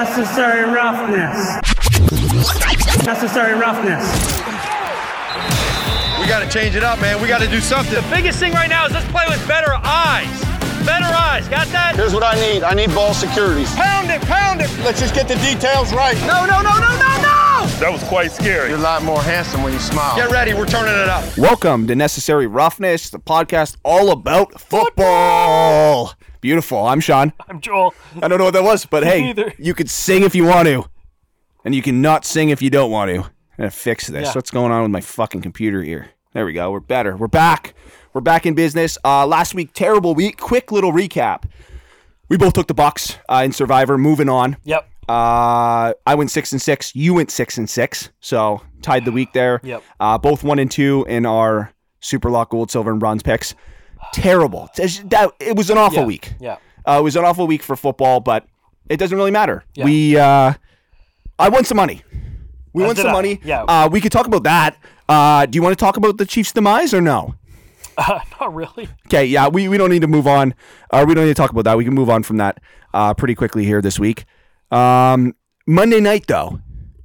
Unnecessary roughness. Necessary roughness. We got to change it up, man. We got to do something. biggest thing right now is let's play with better eyes. Better eyes. Got that? Here's what I need. I need ball securities. Pound it, pound it. Let's just get the details right. No, no, no, no, no, no. That was quite scary. You're a lot more handsome when you smile. Get ready. We're turning it up. Welcome to Necessary Roughness, the podcast all about football. Beautiful. I'm Sean. I'm Joel. I don't know what that was, but hey, neither. you could sing if you want to, and you can not sing if you don't want to. I'm gonna fix this. Yeah. What's going on with my fucking computer here? There we go. We're better. We're back. We're back in business. Uh, last week, terrible week. Quick little recap. We both took the Bucks uh, in Survivor. Moving on. Yep. Uh, I went six and six. You went six and six. So tied the week there. Yep. Uh, both one and two in our super lock gold, silver, and bronze picks. Terrible. It's- That it was an awful Yeah. week. Yeah. Uh, it was an awful week for football, but it doesn't really matter. Yeah. We, uh, I won some money. We As won did some I. money. Yeah. Uh, we could talk about that. Uh, do you want to talk about the Chiefs' demise or no? Uh, Not really. Okay, yeah, we, we don't need to move on. Uh, we don't need to talk about that. We can move on from that uh, pretty quickly here this week. Um, Monday night, though,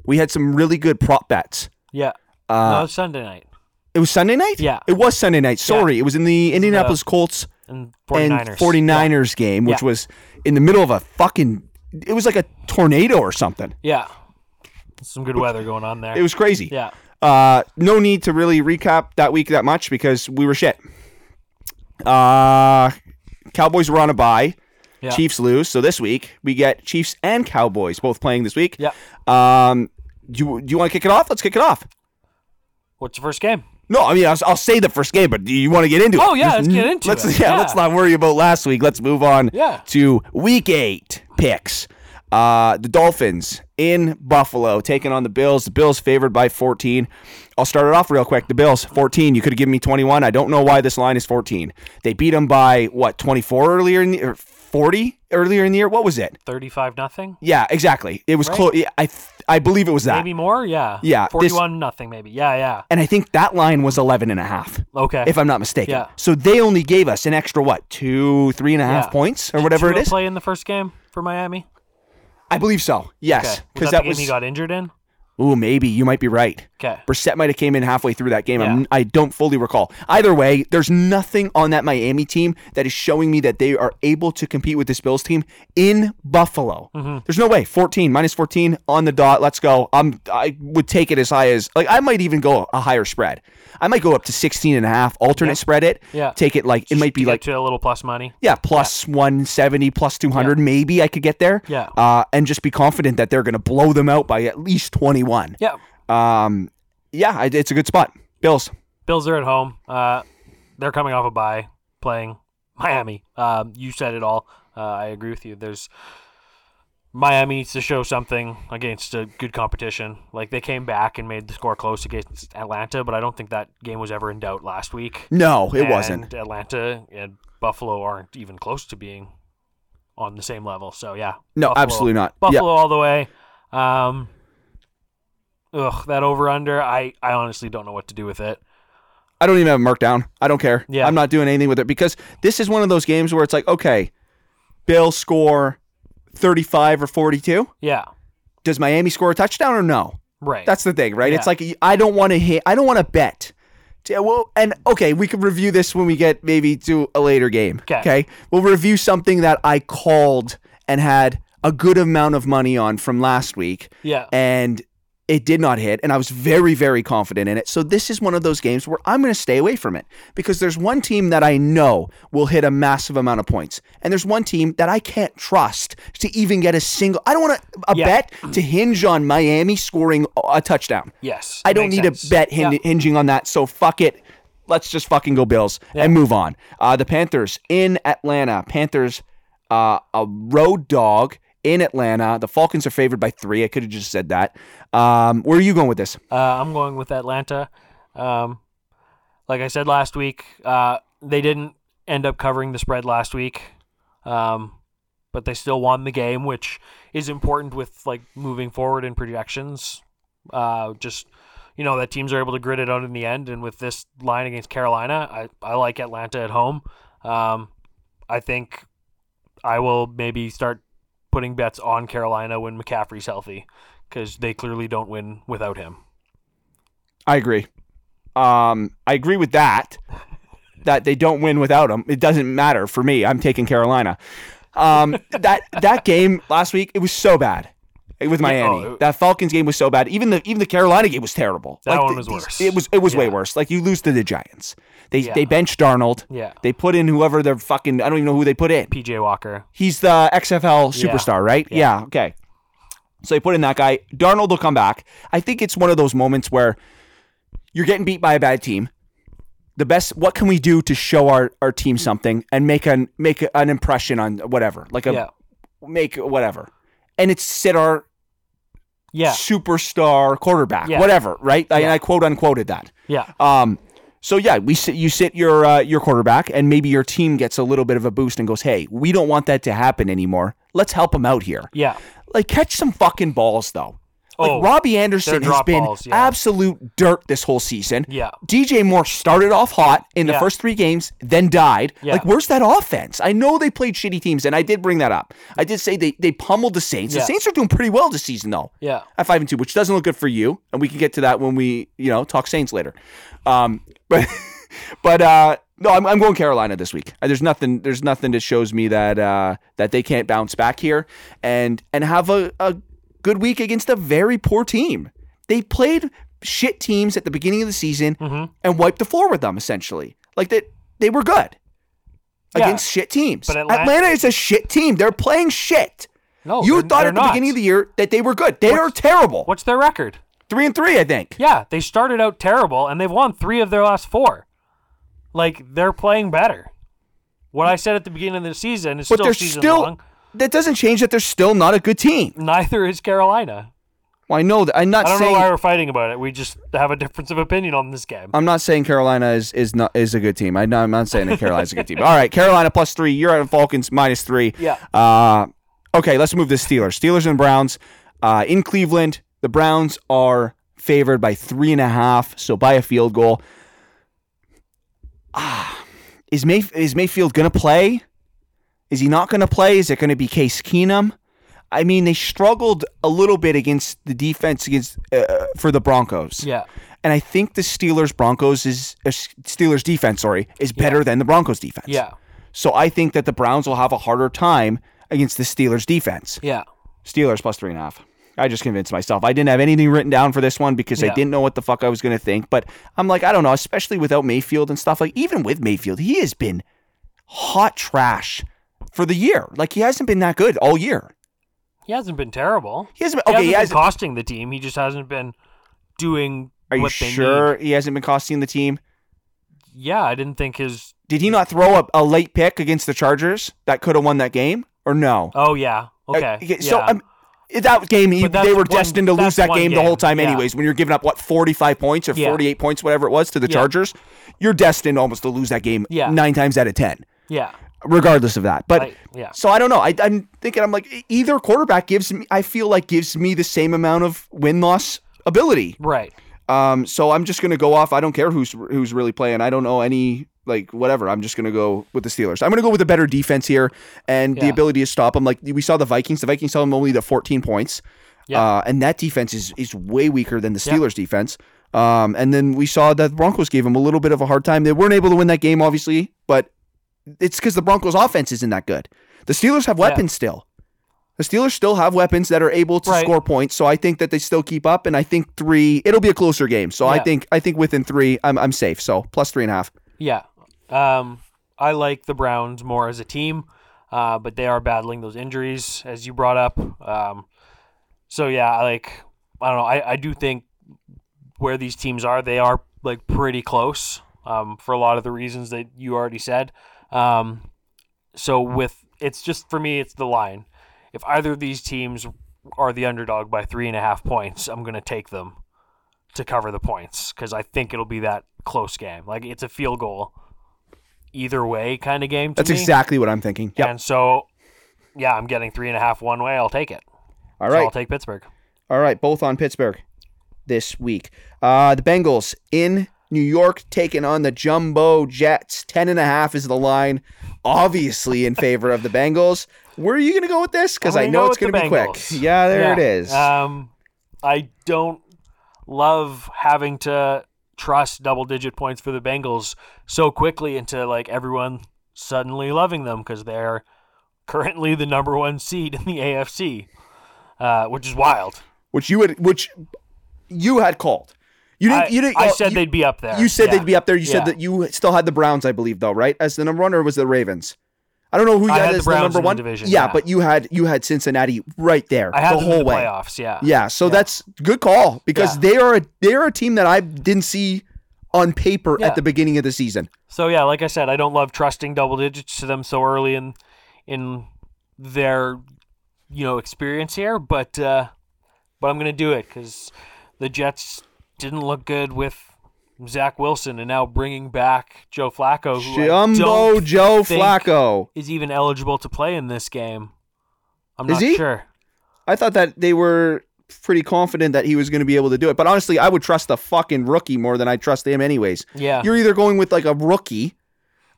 we had some really good prop bets. Yeah. Uh, no, it's Sunday night. It was Sunday night? Yeah. It was Sunday night. Sorry. It was in the Indianapolis Colts And and 49ers. 49ers game, which Yeah. was in the middle of a fucking. It was like a tornado or something. Yeah. Some good weather going on there. It was crazy. Yeah. Uh, no need to really recap that week that much because we were shit. Uh, Cowboys were on a bye. Yeah. Chiefs lose. So this week we get Chiefs and Cowboys both playing this week. Yeah. Um, do you, do you want to kick it off? Let's kick it off. What's your first game? No, I mean I'll, I'll say the first game, but do you want to get into it? Oh, yeah, let's get into let's, it. Yeah, Yeah. let's not worry about last week. Let's move on Yeah. to week eight picks. Uh, the Dolphins in Buffalo taking on the Bills. The Bills favored by 14. I'll start it off real quick. The Bills 14. You could have given me 21. I don't know why this line is 14. They beat them by what 24 earlier in the or 40 earlier in the year. What was it? 35 nothing? Yeah, exactly. It was close. I th- I believe it was that. Maybe more? Yeah. Yeah, this- 41 nothing maybe. Yeah, yeah. And I think that line was 11 and a half. Okay. If I'm not mistaken. Yeah. So they only gave us an extra, what, two, three and a half Yeah. points or Did whatever it Tua is? play in the first game for Miami? I believe so. Yes. Okay. Was that, the game was. he got injured in? Ooh, maybe. You might be right. Okay. Brissett might have came in halfway through that game. I'm- Yeah. I don't fully recall. Either way, there's nothing on that Miami team that is showing me that they are able to compete with this Bills team in Buffalo. Mm-hmm. There's no way. 14 minus 14 on the dot. Let's go. I'm I would take it as high as like I might even go a higher spread. I might go up to 16 and a half. Alternate spread it. Yeah. Take it like it might be To get like to a little plus money. yeah, plus 170, plus 200, maybe I could get there. Yeah. Uh, and just be confident that they're going to blow them out by at least 21. Yeah. Um, yeah, I- it's a good spot. Bills. Bills are at home. Uh, they're coming off a bye, playing Miami. Um, you said it all. Uh, I agree with you. There's Miami needs to show something against a good competition. Like they came back and made the score close against Atlanta, but I don't think that game was ever in doubt last week. No, it And wasn't. Atlanta and Buffalo aren't even close to being on the same level. So yeah, No, Buffalo- absolutely not. Yeah. Buffalo all the way. Um, ugh, that over under. I I honestly don't know what to do with it. I don't even have it marked down. I don't care. Yeah. I'm not doing anything with it because this is one of those games where it's like, okay, Bills score 35 or 42. Yeah, Does Miami score a touchdown or no? right. That's the thing, right? It's Yeah. like I don't want to hit. I don't want to bet. Yeah, well, and okay, we could review this when we get maybe to a later game. 'Kay. we'll review something that I called and had a good amount of money on from last week, Yeah. and it did not hit, and I was very, very confident in it. So this is one of those games where I'm going to stay away from it because there's one team that I know will hit a massive amount of points, and there's one team that I can't trust to even get a single. I don't want a, a Yeah. bet to hinge on Miami scoring a touchdown. Yes. I it don't makes need sense. a bet hin- Yeah. hinging on that. So fuck it. Let's just fucking go Bills and move on. Uh, the Panthers in Atlanta. Panthers, uh, a road dog in Atlanta. The Falcons are favored by three. I could have just said that. Um, where are you going with this? Uh, I'm going with Atlanta. Um, like I said last week, uh, they didn't end up covering the spread last week, um, but they still won the game, which is important with like moving forward in projections. Uh, just you know that teams are able to grit it out in the end, and with this line against Carolina, I, I like Atlanta at home. Um, I think I will maybe start putting bets on Carolina when McCaffrey's healthy because they clearly don't win without him. I agree. Um, I agree with that. That they don't win without him. It doesn't matter for me. I'm taking Carolina. Um, that that game last week, it was so bad with Miami. oh, it- that Falcons game was so bad. Even the even the Carolina game was terrible. That one the- was worse. It was it was way Yeah. worse. Like you lose to the Giants. They Yeah. they bench Darnold. Yeah. They put in whoever they're fucking. I don't even know who they put in. PJ Walker. He's the XFL Yeah. superstar, right? Yeah. Okay. So they put in that guy. Darnold will come back. I think it's one of those moments where you're getting beat by a bad team. The best. What can we do to show our, our team something and make an make an impression on whatever, like a Yeah. make whatever, and it's sit our Yeah. superstar quarterback, Yeah. whatever, right? I, Yeah. I quote unquoted that. Yeah. Um, so yeah, we sit, you sit your uh, your quarterback, and maybe your team gets a little bit of a boost and goes, "Hey, we don't want that to happen anymore. Let's help him out here. Yeah. Like catch some fucking balls though. Like Oh, Robbie they're Anderson has drop been balls, yeah. absolute dirt this whole season. Yeah. DJ Moore started off hot in the Yeah. first three games, then died. Yeah. Like, where's that offense? I know they played shitty teams, and I did bring that up. I did say they they pummeled the Saints. The Yeah. Saints are doing pretty well this season though Yeah. at five and two, which doesn't look good for you, and we can get to that when we you know talk Saints later. Um, but but uh, no, I'm, I'm going Carolina this week. Uh, There's nothing there's nothing that shows me that uh, that they can't bounce back here and and have a, a good week against a very poor team. They played shit teams at the beginning of the season Mm-hmm. and wiped the floor with them essentially. Like that they, were good Yeah. against shit teams. But Atlan- Atlanta, is a shit team. They're playing shit. No, you Oh, they're- thought they're at the not. beginning of the year that they were good. They are terrible What's their record? three and three, I think. Yeah, they started out terrible and they've won three of their last four. Like they're playing better. What I said at the beginning of the season is but still they're season still. long. That doesn't change that they're still not a good team. Neither is Carolina. Well, I know that. I'm not I don't saying. know why we're fighting about it. We just have a difference of opinion on this game. I'm not saying Carolina is is not is a good team. I, I'm not saying that Carolina's a good team. All right, Carolina plus three. You're at Falcons minus three. Yeah. Uh, okay, let's move to the Steelers. Steelers and Browns uh, in Cleveland. The Browns are favored by three and a half, so by a field goal. Ah, is May is Mayfield gonna play? Is he not gonna play? Is it gonna be Case Keenum? I mean, they struggled a little bit against the defense against uh, for the Broncos. Yeah. And I think the Steelers Broncos is uh, Steelers defense, sorry, is better than the Broncos defense. Yeah. So I think that the Browns will have a harder time against the Steelers defense. Yeah. Steelers plus three and a half. I just convinced myself. I didn't have anything written down for this one because I Yeah. didn't know what the fuck I was going to think. But I'm like, I don't know, especially without Mayfield and stuff. Like, even with Mayfield, he has been hot trash for the year. Like, he hasn't been that good all year. He hasn't been terrible. He hasn't been, okay, he been hasn't, costing the team. He just hasn't been doing are you what they sure need. he hasn't been costing the team? Yeah, I didn't think his Did he not throw a, a late pick against the Chargers that could have won that game? Or no? Oh yeah. Okay. Uh, So yeah. um, that game, he, But that's they were one- destined to lose that's that one game, the whole game, time, yeah. anyways. When you're giving up what 45 points or Yeah. 48 points, whatever it was, to the Yeah. Chargers, you're destined almost to lose that game Yeah. nine times out of ten, yeah. regardless of that. But I- yeah. so I don't know. I, I'm thinking I'm like e-, either quarterback gives me. I feel like gives me the same amount of win loss ability. Right. Um, so I'm just gonna go off. I don't care who's who's really playing. I don't know any like whatever. I'm just gonna go with the Steelers. I'm gonna go with a better defense here and the Yeah. ability to stop them. Like we saw the Vikings. The Vikings held them only to 14 points. Yeah. Uh, and that defense is is way weaker than the Yeah. Steelers defense. Um, and then we saw that the Broncos gave them a little bit of a hard time. They weren't able to win that game, obviously, but it's because the Broncos' offense isn't that good. The Steelers have weapons still. The Steelers still have weapons that are able to Right. score points, so I think that they still keep up. And I think three, it'll be a closer game. So I Yeah. think I think within three, I'm I'm safe. So plus three and a half. Yeah. Um, I like the Browns more as a team, uh, but they are battling those injuries as you brought up. Um, so yeah, I like I don't know. I, I do think where these teams are, they are like pretty close um, for a lot of the reasons that you already said. Um, so with it's just for me, it's the line. If either of these teams are the underdog by three and a half points, I'm gonna take them to cover the points because I think it'll be that close game. Like it's a field goal either way kind of game. To That's me. exactly what I'm thinking. Yep. And so, yeah, I'm getting three and a half one way. I'll take it. All So right. I'll take Pittsburgh. All right, both on Pittsburgh this week. Uh, the Bengals in New York taking on the Jumbo Jets. Ten and a half is the line. obviously in favor of the Bengals. Where are you going to go with this? Because I'm I gonna know go it's going with the to be quick. Bengals. Yeah, there it Yeah. is. Um, I don't love having to trust double digit points for the Bengals so quickly into like everyone suddenly loving them because they're currently the number one seed in the AFC, uh, which is wild. which you would, which you had called. You didn't. I, you didn't. I oh, said you- they'd be up there. You said Yeah. they'd be up there. You Yeah. said that you still had the Browns, I believe, though, right? As the number one, or was it the Ravens? I don't know who you I had, had the as Browns number in the one division, Yeah, yeah. but you had you had Cincinnati right there I had the them whole in the way. playoffs. Yeah. Yeah, so that's good call because Yeah. they are a, they are a team that I didn't see on paper Yeah. at the beginning of the season. So yeah, like I said, I don't love trusting double digits to them so early in in their you know experience here, but uh, but I'm gonna do it because the Jets didn't look good with Zach Wilson, and now bringing back Joe Flacco, who I Jumbo don't Joe think Flacco. is even eligible to play in this game. I'm Is not he? sure. I thought that they were pretty confident that he was going to be able to do it, but honestly, I would trust the fucking rookie more than I trust him, anyways. Yeah. You're either going with like a rookie,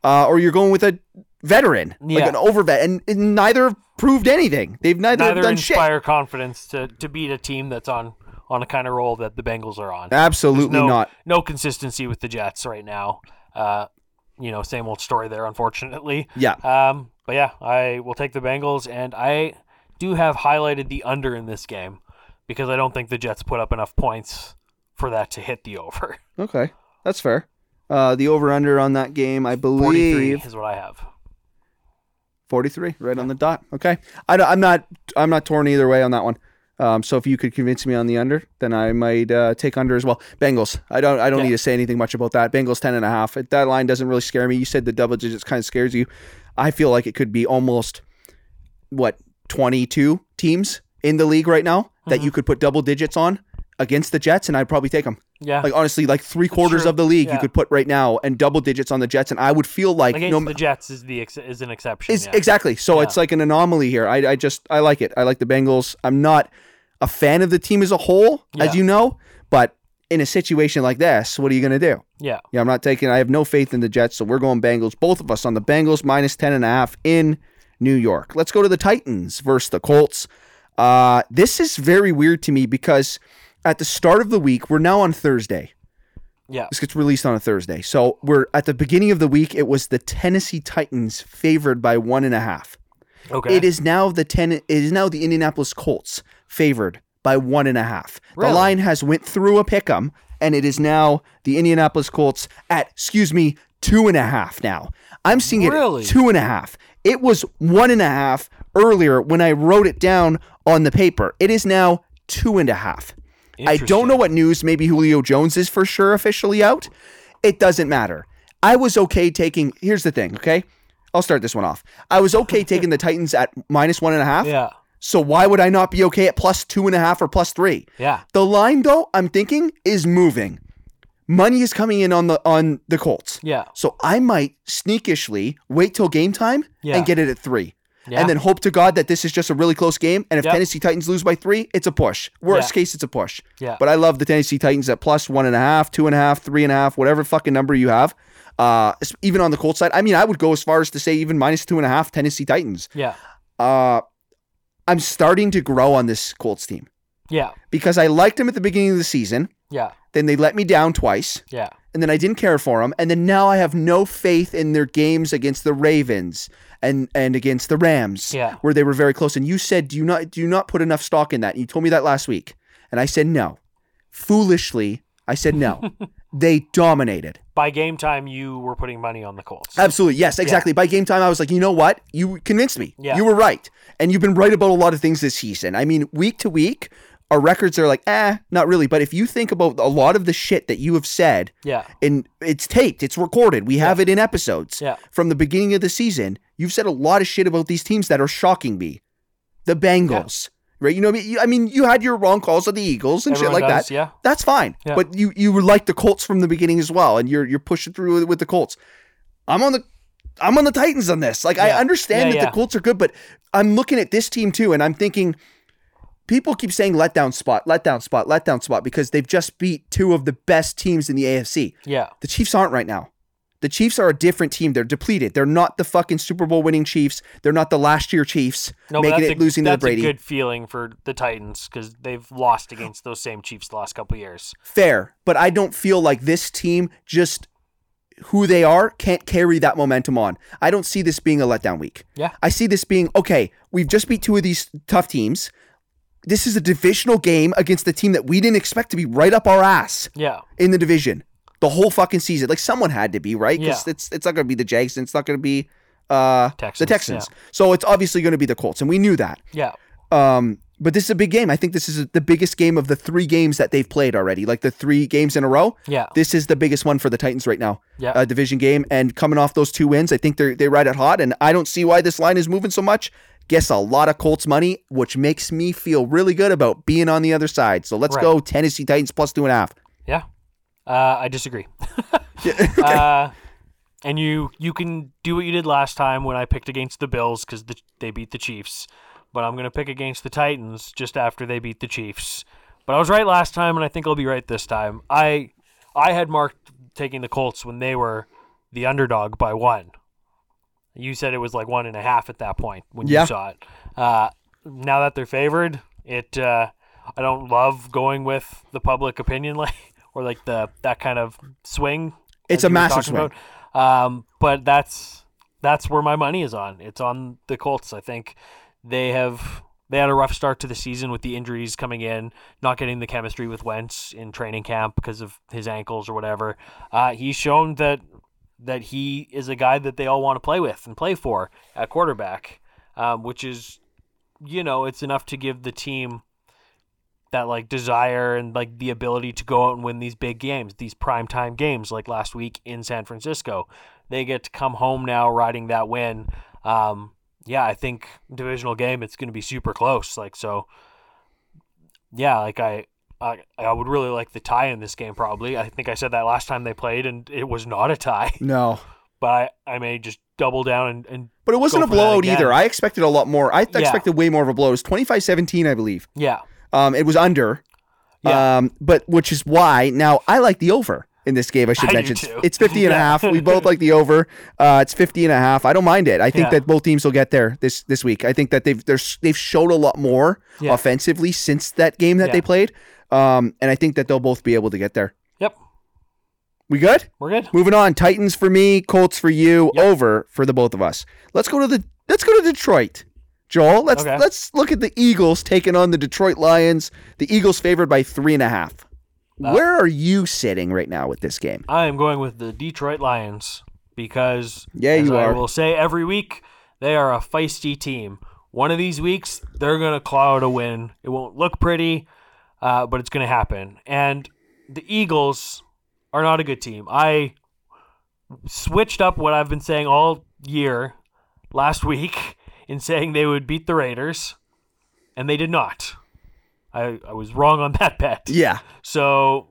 uh, or you're going with a veteran, like Yeah. an over vet, and, and neither have proved anything. They've neither, have Neither done shit. inspire confidence to, to beat a team that's on on a kind of roll that the Bengals are on. Absolutely no, not. No consistency with the Jets right now. Uh, you know, same old story there, unfortunately. Yeah. Um, but yeah, I will take the Bengals, and I do have highlighted the under in this game because I don't think the Jets put up enough points for that to hit the over. Okay, that's fair. Uh, the over under on that game, I believe. Forty-three is what I have. 43 right on the dot okay I, am not i'm not torn either way on that one um, so if you could convince me on the under then i might uh, take under as well bengals i don't i don't Yeah. need to say anything much about that bengals 10 and a half It- that line doesn't really scare me you said the double digits kind of scares you i feel like it could be almost what 22 teams in the league right now that Mm-hmm. you could put double digits on against the jets and i'd probably take them Yeah. like honestly like three quarters Ah. true. of the league you Yeah. could put right now and double digits on the jets and i would feel like Against no the Jets is the ex- is an exception. is yeah. exactly. So it's like an anomaly here. I, I just I like it. I like the Bengals. I'm not a fan of the team as a whole, as Yeah. you know, but in a situation like this, what are you going to do? yeah. Yeah, I'm not taking. I have no faith in the Jets, so we're going Bengals. Both of us on the Bengals minus ten and a half in New York. Let's go to the Titans versus the Colts. Uh, this is very weird to me because at the start of the week, we're now on Thursday. Yeah. This gets released on a Thursday. So we're at the beginning of the week. It was the Tennessee Titans favored by one and a half. Okay. It is now the ten. It is now the Indianapolis Colts favored by one and a half. Really? The line has went through a pick'em, and it is now the Indianapolis Colts at excuse me two and a half. Now I'm seeing Really? it two and a half. It was one and a half earlier when I wrote it down on the paper. It is now two and a half. I don't know what news. Maybe Julio Jones is for sure officially out. It doesn't matter. I was okay taking. Here's the thing. Okay, I'll start this one off. I was okay taking the Titans at minus one and a half. Yeah. So why would I not be okay at plus two and a half or plus three? Yeah. The line though, I'm thinking is moving. Money is coming in on the on the Colts. Yeah. So I might sneakishly wait till game time Yeah. and get it at three. Yeah. And then hope to God that this is just a really close game. And if Yep. Tennessee Titans lose by three, it's a push. Worst Yeah. case, it's a push. Yeah. But I love the Tennessee Titans at plus one and a half, two and a half, three and a half, whatever fucking number you have. Uh, s- even on the Colts side, I mean, I would go as far as to say even minus two and a half Tennessee Titans. Yeah. Uh, I'm starting to grow on this Colts team Yeah. because I liked them at the beginning of the season. Yeah. Then they let me down twice Yeah. and then I didn't care for them, and then now I have no faith in their games against the Ravens and and against the Rams, Yeah. where they were very close. And you said, "Do you not do you not put enough stock in that?" And you told me that last week, and I said no. Foolishly, I said no. they dominated. By game time, you were putting money on the Colts. Absolutely, yes, exactly. By game time, I was like, you know what? You convinced me. Yeah. You were right, and you've been right about a lot of things this season. I mean, week to week. Our records are like, eh, not really. But if you think about a lot of the shit that you have said, yeah. and it's taped, it's recorded. We have it in episodes. Yeah. From the beginning of the season, you've said a lot of shit about these teams that are shocking me. The Bengals, right? You know, what I mean? You- I mean, you had your wrong calls of the Eagles and Everyone shit like does, that. yeah. That's fine. Yeah. But you you were like the Colts from the beginning as well, and you're you're pushing through with, with the Colts. I'm on the I'm on the Titans on this. Like I Yeah. understand that Yeah, yeah. the Colts are good, but I'm looking at this team too, and I'm thinking people keep saying letdown spot, letdown spot, letdown spot because they've just beat two of the best teams in the AFC. Yeah. The Chiefs aren't right now. The Chiefs are a different team. They're depleted. They're not the fucking Super Bowl winning Chiefs. They're not the last year Chiefs No, but making that's it a, losing to that's Brady. a good feeling for the Titans because they've lost against those same Chiefs the last couple years. Fair, but I don't feel like this team just who they are can't carry that momentum on. I don't see this being a letdown week. Yeah. I see this being okay, we've just beat two of these tough teams. This is a divisional game against the team that we didn't expect to be right up our ass Yeah, in the division the whole fucking season. Like someone had to be, right? Because Yeah. it's it's not gonna be the Jags and it's not gonna be uh the Texans, Texans. yeah. So it's obviously gonna be the Colts, and we knew that. yeah, Um, but this is a big game. I think this is the biggest game of the three games that they've played already. Like the three games in a row. Yeah. This is the biggest one for the Titans right now. Yeah. Uh, division game and coming off those two wins, I think they they ride it hot, and I don't see why this line is moving so much. Guess a lot of Colts money, which makes me feel really good about being on the other side. So let's Right. go Tennessee Titans plus two and a half. yeah. Uh, I disagree. uh, and you you can do what you did last time when I picked against the Bills because the, they beat the Chiefs, but I'm gonna pick against the Titans just after they beat the Chiefs. But I was right last time, and I think I'll be right this time. I I had marked taking the Colts when they were the underdog by one. You said it was like one and a half at that point when Yeah. you saw it. Uh, now that they're favored, it uh, I don't love going with the public opinion like or like the that kind of swing. It's as a you were massive talking swing. about. Um, but that's that's where my money is on. It's on the Colts. I think they have they had a rough start to the season with the injuries coming in, not getting the chemistry with Wentz in training camp because of his ankles or whatever. Uh, he's shown that that he is a guy that they all want to play with and play for at quarterback, um, which is you know it's enough to give the team that like desire and like the ability to go out and win these big games, these primetime games like last week in San Francisco. They get to come home now riding that win. Um, yeah, I think divisional game it's going to be super close. Like so, yeah, like I, I I would really like the tie in this game probably. I think I said that last time they played and it was not a tie, No. but I, I may just double down and, and But it wasn't go a for that blowout again. either. I expected a lot more. I th- Yeah. expected way more of a blow. It was 25-17, I believe. yeah, Um, it was under. Yeah. Um, but which is why now I like the over in this game. I should I do mention too. it's 50 and a Yeah. half. We both like the over. Uh, it's 50 and a half. I don't mind it. I think Yeah. that both teams will get there this this week. I think that they've they're, s- they've showed a lot more Yeah. offensively since that game that Yeah. they played. Um, and I think that they'll both be able to get there. yep, We good? we're good. Moving on, Titans for me, Colts for you, over for the both of us. Let's go to the let's go to Detroit. Joel, let's Okay. let's look at the Eagles taking on the Detroit Lions. The Eagles favored by three and a half. Uh, Where are you sitting right now with this game? I am going with the Detroit Lions because Yeah, as you I are. will say every week they are a feisty team. One of these weeks they're going to claw out a win. It won't look pretty, uh, but it's going to happen. And the Eagles are not a good team. I switched up what I've been saying all year last week in saying they would beat the Raiders, and they did not. I, I was wrong on that bet. Yeah. So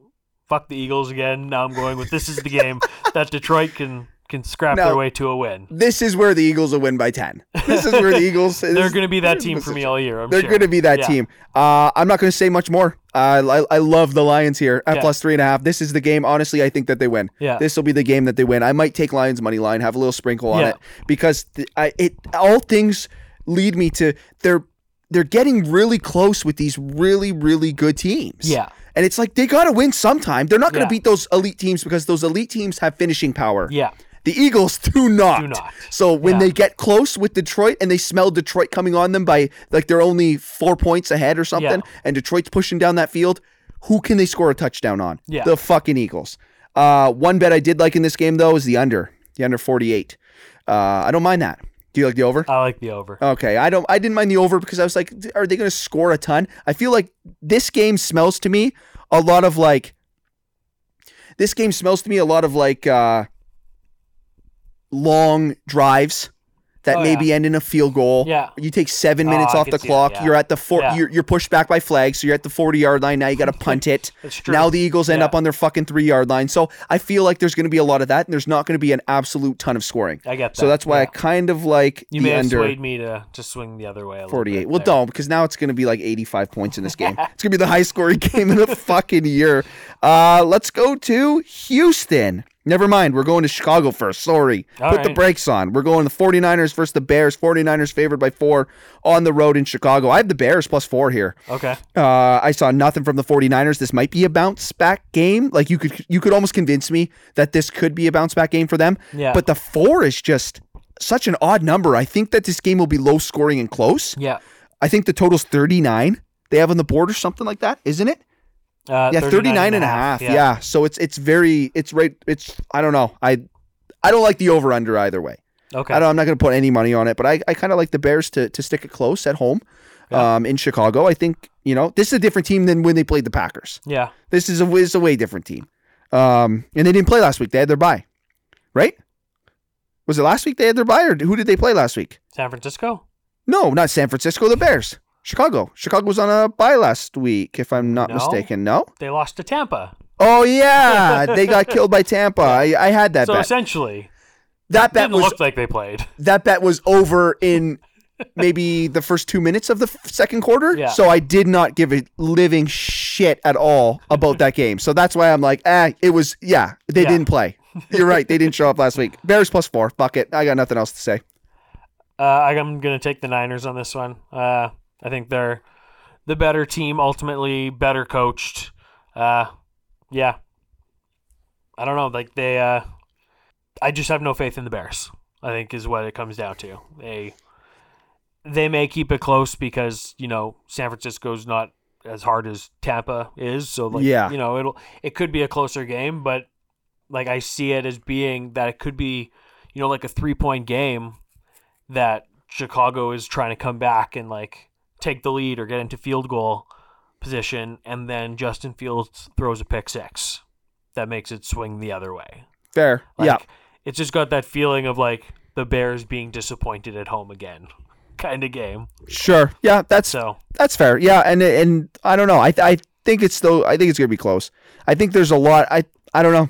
fuck the Eagles again. Now I'm going with this is the game that Detroit can can scrap No. their way to a win. This is where the Eagles will win by ten. This is where the Eagles They're going to be that team for me all year. I'm They're sure. going to be that Yeah. team. Uh, I'm not going to say much more. Uh, I, I love the Lions here at Yeah. plus three and a half. This is the game. Honestly, I think that they win. Yeah. This will be the game that they win. I might take Lions money line, have a little sprinkle on Yeah. it because th- I, it all things lead me to they're they're getting really close with these really really good teams. Yeah. And it's like they got to win sometime. They're not going to Yeah. beat those elite teams because those elite teams have finishing power. Yeah. The Eagles do not. Do not. So when Yeah. they get close with Detroit and they smell Detroit coming on them by like they're only four points ahead or something, and Detroit's pushing down that field, who can they score a touchdown on? Yeah. The fucking Eagles. Uh, one bet I did like in this game though is the under, the under forty eight. Uh, I don't mind that. Do you like the over? I like the over. Okay, I don't. I didn't mind the over because I was like, are they going to score a ton? I feel like this game smells to me a lot of like. This game smells to me a lot of like uh, long drives that Oh, maybe end in a field goal. Yeah. Oh, you take seven minutes I off can the see that, clock. yeah. You're at the four. Yeah. You're, you're pushed back by flag, so you're at the forty yard line. Now you got to punt it. That's true. now the Eagles end Yeah. up on their fucking three yard line. So I feel like there's going to be a lot of that, and there's not going to be an absolute ton of scoring. I get So that, that's why I yeah. kind of like you the may have under. swayed me to to swing the other way. A little 48. bit Well, there. don't because now it's going to be like 85 points in this game. It's going to be the highest scoring game in a fucking year. Uh, let's go to Houston Never mind. We're going to Chicago first. Sorry. All Put the right. brakes on. We're going the 49ers versus the Bears. 49ers favored by four on the road in Chicago. I have the Bears plus four here. Okay. Uh, I saw nothing from the 49ers. This might be a bounce back game. Like you could you could almost convince me that this could be a bounce back game for them. Yeah. But the four is just such an odd number. I think that this game will be low scoring and close. Yeah. I think the total's 39 they have on the board or something like that, isn't it? Uh, yeah 39 and a half, Yeah. so it's it's very it's right it's i don't know i i don't like the over under either way Okay. i don't i'm not going to put any money on it but i, I kind of like the bears to to stick it close at home um in chicago i think you know this is a different team than when they played the packers yeah. this is a this is a way different team um and they didn't play last week they had their bye right was it last week they had their bye or who did they play last week San Francisco. no, not San Francisco, the Bears. Chicago. Chicago was on a bye last week, if I'm not No. mistaken. No? They lost to Tampa. Oh yeah, they got killed by Tampa. I, I had that so bet. essentially, That bet didn't was look like they played. that bet was over in maybe the first two minutes of the f- second quarter. Yeah. So I did not give a living shit at all about that game. So that's why I'm like, ah, it was yeah, they Yeah. didn't play. You're right, they didn't show up last week. Bears plus four. Fuck it. I got nothing else to say. Uh, I'm going to take the Niners on this one. Uh, I think they're the better team, ultimately better coached. Uh, yeah. I don't know. Like they, uh, I just have no faith in the Bears. I think is what it comes down to. They, they may keep it close because you know San Francisco's not as hard as Tampa is. So like, Yeah. you know, it'll it could be a closer game, but like I see it as being that it could be, you know, like a three point game that Chicago is trying to come back and like take the lead or get into field goal position, and then Justin Fields throws a pick six that makes it swing the other way. Fair. Like, yeah. it's just got that feeling of like the Bears being disappointed at home again, kind of game. Sure. Yeah, that's So That's fair. Yeah, and and I don't know. I I think it's still. I think it's gonna be close. I think there's a lot. I I don't know.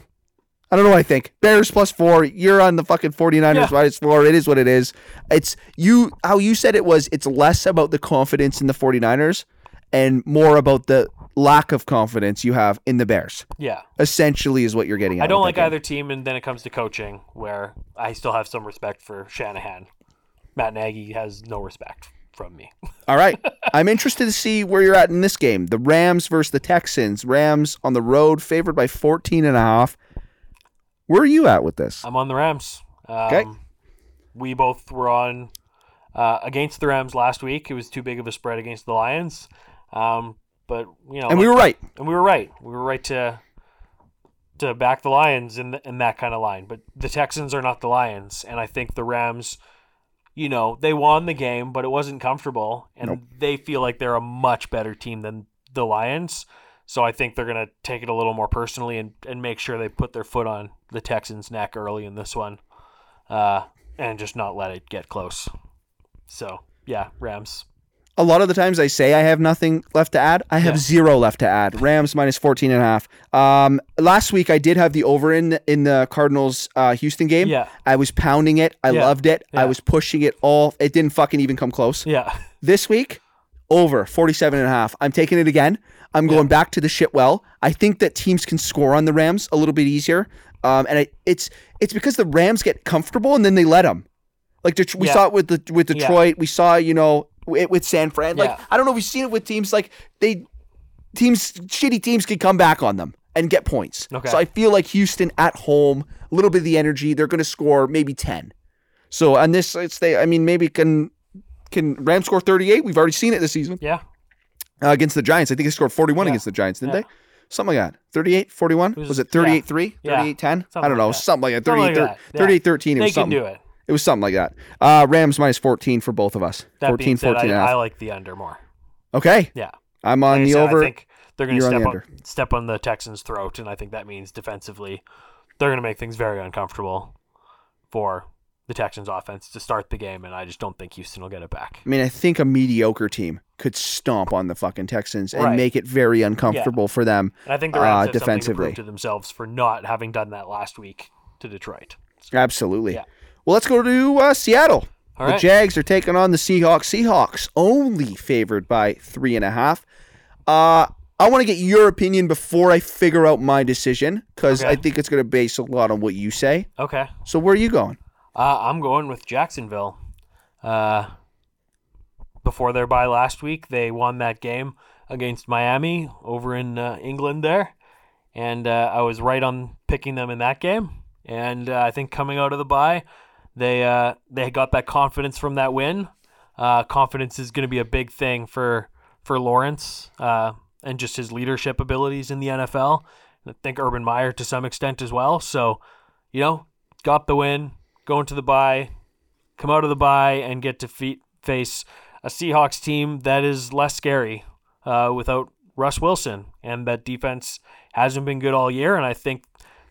I don't know what I think. Bears plus four. You're on the fucking 49ers Yeah. minus four. It is what it is. It's you. How you said it was. It's less about the confidence in the 49ers and more about the lack of confidence you have in the Bears. yeah, Essentially, is what you're getting. At I don't like either. either team, and then it comes to coaching where I still have some respect for Shanahan. Matt Nagy has no respect from me. All right. I'm interested to see where you're at in this game. The Rams versus the Texans. Rams on the road, favored by 14 and a half. Where are you at with this? I'm on the Rams. Um, Okay. We both were on uh, against the Rams last week. It was too big of a spread against the Lions, um, but you know, And we were right. and we were right. We were right to to back the Lions in th in that kind of line. But the Texans are not the Lions, and I think the Rams, you know, they won the game, but it wasn't comfortable, and they feel like they're a much better team than the Lions. So I think they're gonna take it a little more personally and, and make sure they put their foot on the Texans' neck early in this one, uh, and just not let it get close. So yeah, Rams. A lot of the times I say I have nothing left to add. I have zero left to add. Rams minus 14 and a half. Um, last week I did have the over in in the Cardinals uh, Houston game. Yeah. I was pounding it. I Yeah. loved it. Yeah. I was pushing it all. It didn't fucking even come close. Yeah, This week, over 47 and a half. I'm taking it again. I'm going back to the shit well. I think that teams can score on the Rams a little bit easier. Um, and I, it's it's because the Rams get comfortable and then they let them. Like Det- we Yeah. saw it with the with Yeah. Detroit. We saw you know it with San Fran. Like Yeah. I don't know if we've seen it with teams like they teams shitty teams can come back on them and get points. Okay. So I feel like Houston at home, a little bit of the energy, they're going to score maybe 10. So on this it's they I mean maybe can can Rams score 38? We've already seen it this season yeah. uh, against the Giants. I think they scored 41 Yeah. against the Giants, didn't Yeah. they? Something like that. 38, 41? was- Was, it 38 3? yeah. 38 10? I Something don't know. like that. something like that. Something 38, like that, yeah. 38 13. It They was can something. do it. It was something like that. Uh, Rams minus 14 for both of us. That 14, being said, 14 and a I, half. I like the under more. okay. Yeah. I'm on Like I the said, over. I think they're going to you're on step the on, step on the Texans' throat, and I think that means defensively, they're going to make things very uncomfortable for the Texans' offense to start the game, and I just don't think Houston will get it back. I mean, I think a mediocre team could stomp on the fucking Texans and Right. make it very uncomfortable for them. And I think the Rams uh, have something to defensively. prove to themselves for not having done that last week to Detroit. Absolutely. Yeah. Well, let's go to uh, Seattle. All the right. Jags are taking on the Seahawks. Seahawks only favored by three and a half. Uh, I want to get your opinion before I figure out my decision because I Okay. think it's going to base a lot on what you say. Okay. So where are you going? Uh, I'm going with Jacksonville. Uh, before their bye last week, they won that game against Miami over in uh, England there, and uh, I was right on picking them in that game. And uh, I think coming out of the bye, they uh, they got that confidence from that win. Uh, confidence is going to be a big thing for for Lawrence uh, and just his leadership abilities in the NFL. I think Urban Meyer to some extent as well. So you know, got the win, going to the bye, come out of the bye, and get to fe- face a Seahawks team that is less scary uh, without Russ Wilson. And that defense hasn't been good all year. And I think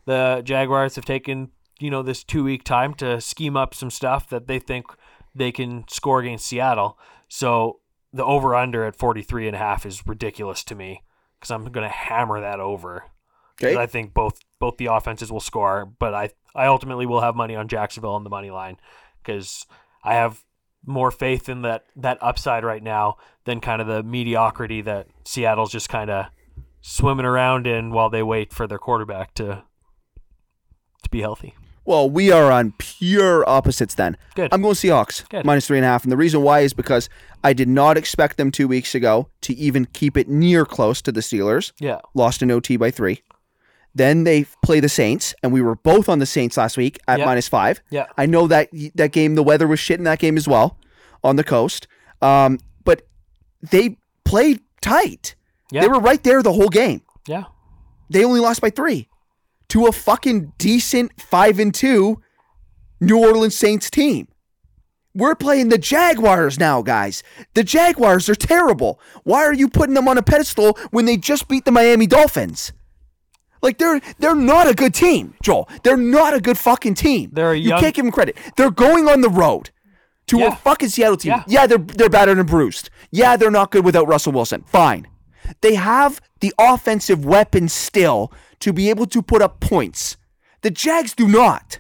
the Jaguars have taken, you know, this two week time to scheme up some stuff that they think they can score against Seattle. So the over under at 43 and a half is ridiculous to me because I'm going to hammer that over. 'Cause I Okay. think both both the offenses will score, but I I ultimately will have money on Jacksonville on the money line because I have more faith in that that upside right now than kind of the mediocrity that Seattle's just kind of swimming around in while they wait for their quarterback to to be healthy. Well, we are on pure opposites then. Good. I'm going Seahawks Good. minus three and a half, and the reason why is because I did not expect them two weeks ago to even keep it near close to the Steelers. Yeah. Lost in OT by three. Then they play the Saints, and we were both on the Saints last week at Yep. minus five. Yeah. I know that that game, the weather was shit in that game as well, on the coast. Um, but they played tight. Yeah. They were right there the whole game. Yeah. They only lost by three to a fucking decent five and two New Orleans Saints team. We're playing the Jaguars now, guys. The Jaguars are terrible. Why are you putting them on a pedestal when they just beat the Miami Dolphins? Like they're they're not a good team, Joel. They're not a good fucking team. They're a you young- can't give them credit. They're going on the road to a Yeah. fucking Seattle team. Yeah. yeah, they're they're battered and bruised. Yeah, they're not good without Russell Wilson. Fine. They have the offensive weapons still to be able to put up points. The Jags do not.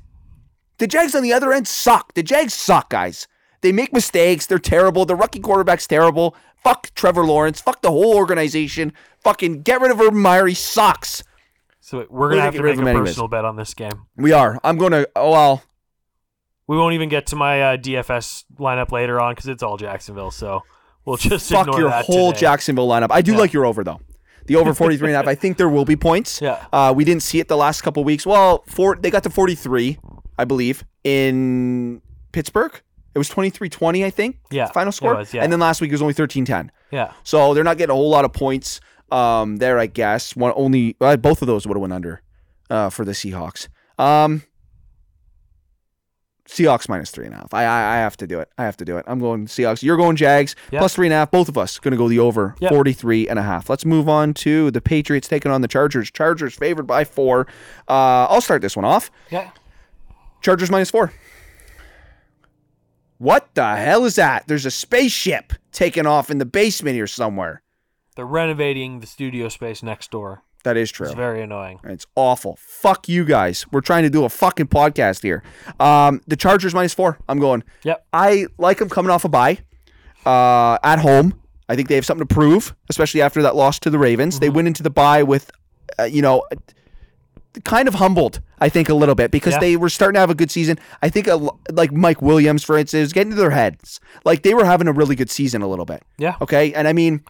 The Jags on the other end suck. The Jags suck, guys. They make mistakes. They're terrible. The rookie quarterback's terrible. Fuck Trevor Lawrence. Fuck the whole organization. Fucking get rid of Urban Meyer. He sucks. So we're We're gonna gonna have get to rid make of a them anyways. personal bet on this game. We are. I'm going to. Oh, well. We won't even get to my uh, DFS lineup later on because it's all Jacksonville. So we'll just fuck ignore your that whole today. Jacksonville lineup. I do like your over, though. The over 43 and a half. I think there will be points. Yeah. Uh, we didn't see it the last couple weeks. Well, four, they got to 43, I believe, in Pittsburgh. It was 23 20, I think. Yeah, Final it score. was, yeah. And then last week it was only 13 10. Yeah. So they're not getting a whole lot of points um, there, I guess. One only uh, both of those would have went under uh, for the Seahawks. Um, Seahawks minus three and a half. I, I I have to do it. I have to do it. I'm going Seahawks. You're going Jags Yeah. plus three and a half. Both of us going to go the over Yeah. 43 and a half. Let's move on to the Patriots taking on the Chargers. Chargers favored by four. Uh, I'll start this one off. Yeah. Chargers minus four. What the hell is that? There's a spaceship taking off in the basement here somewhere. They're renovating the studio space next door. That is true. It's very annoying. It's awful. Fuck you guys. We're trying to do a fucking podcast here. Um, the Chargers minus four. I'm going. Yep. I like them coming off a bye uh, at home. I think they have something to prove, especially after that loss to the Ravens. They went into the bye with, uh, you know, kind of humbled, I think, a little bit because Yeah. they were starting to have a good season. I think, a, lo- like Mike Williams, for instance, getting to their heads. Like they were having a really good season a little bit. Yeah. Okay. And I mean,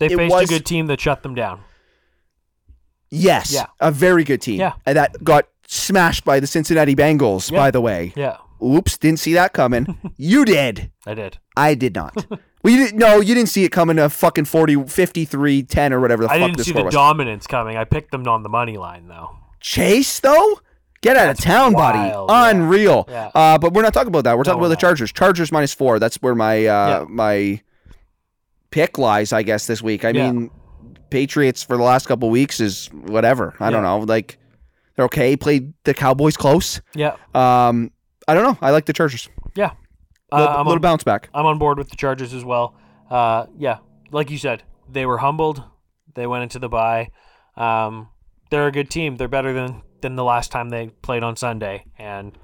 They Oh, It faced was- a good team that shut them down. Yes. Yeah. A very good team. Yeah. And that got smashed by the Cincinnati Bengals, by the way. Yeah, Oops, didn't see that coming. you did. I did. I did not. well, you didn't, no, you didn't see it coming to fucking 40, 53, 10 or whatever the I fuck didn't the see score the was. dominance coming. I picked them on the money line though. Chase, though? Get out of town, wild, yeah. buddy. Unreal. Yeah. Uh, but we're not talking about that. We're talking about we're the not. Chargers. Chargers minus four. That's where my uh, Yeah. my pick lies, I guess, this week. I Yeah. mean, Patriots for the last couple weeks is whatever. I don't Yeah. know. Like, they're okay. Played the Cowboys close. Yeah, Um, I don't know. I like the Chargers. yeah. Uh, Little, I'm, little on, bounce back. I'm on board with the Chargers as well. Uh, yeah, like you said, they were humbled. They went into the bye. Um, they're a good team. They're better than than the last time they played on Sunday, and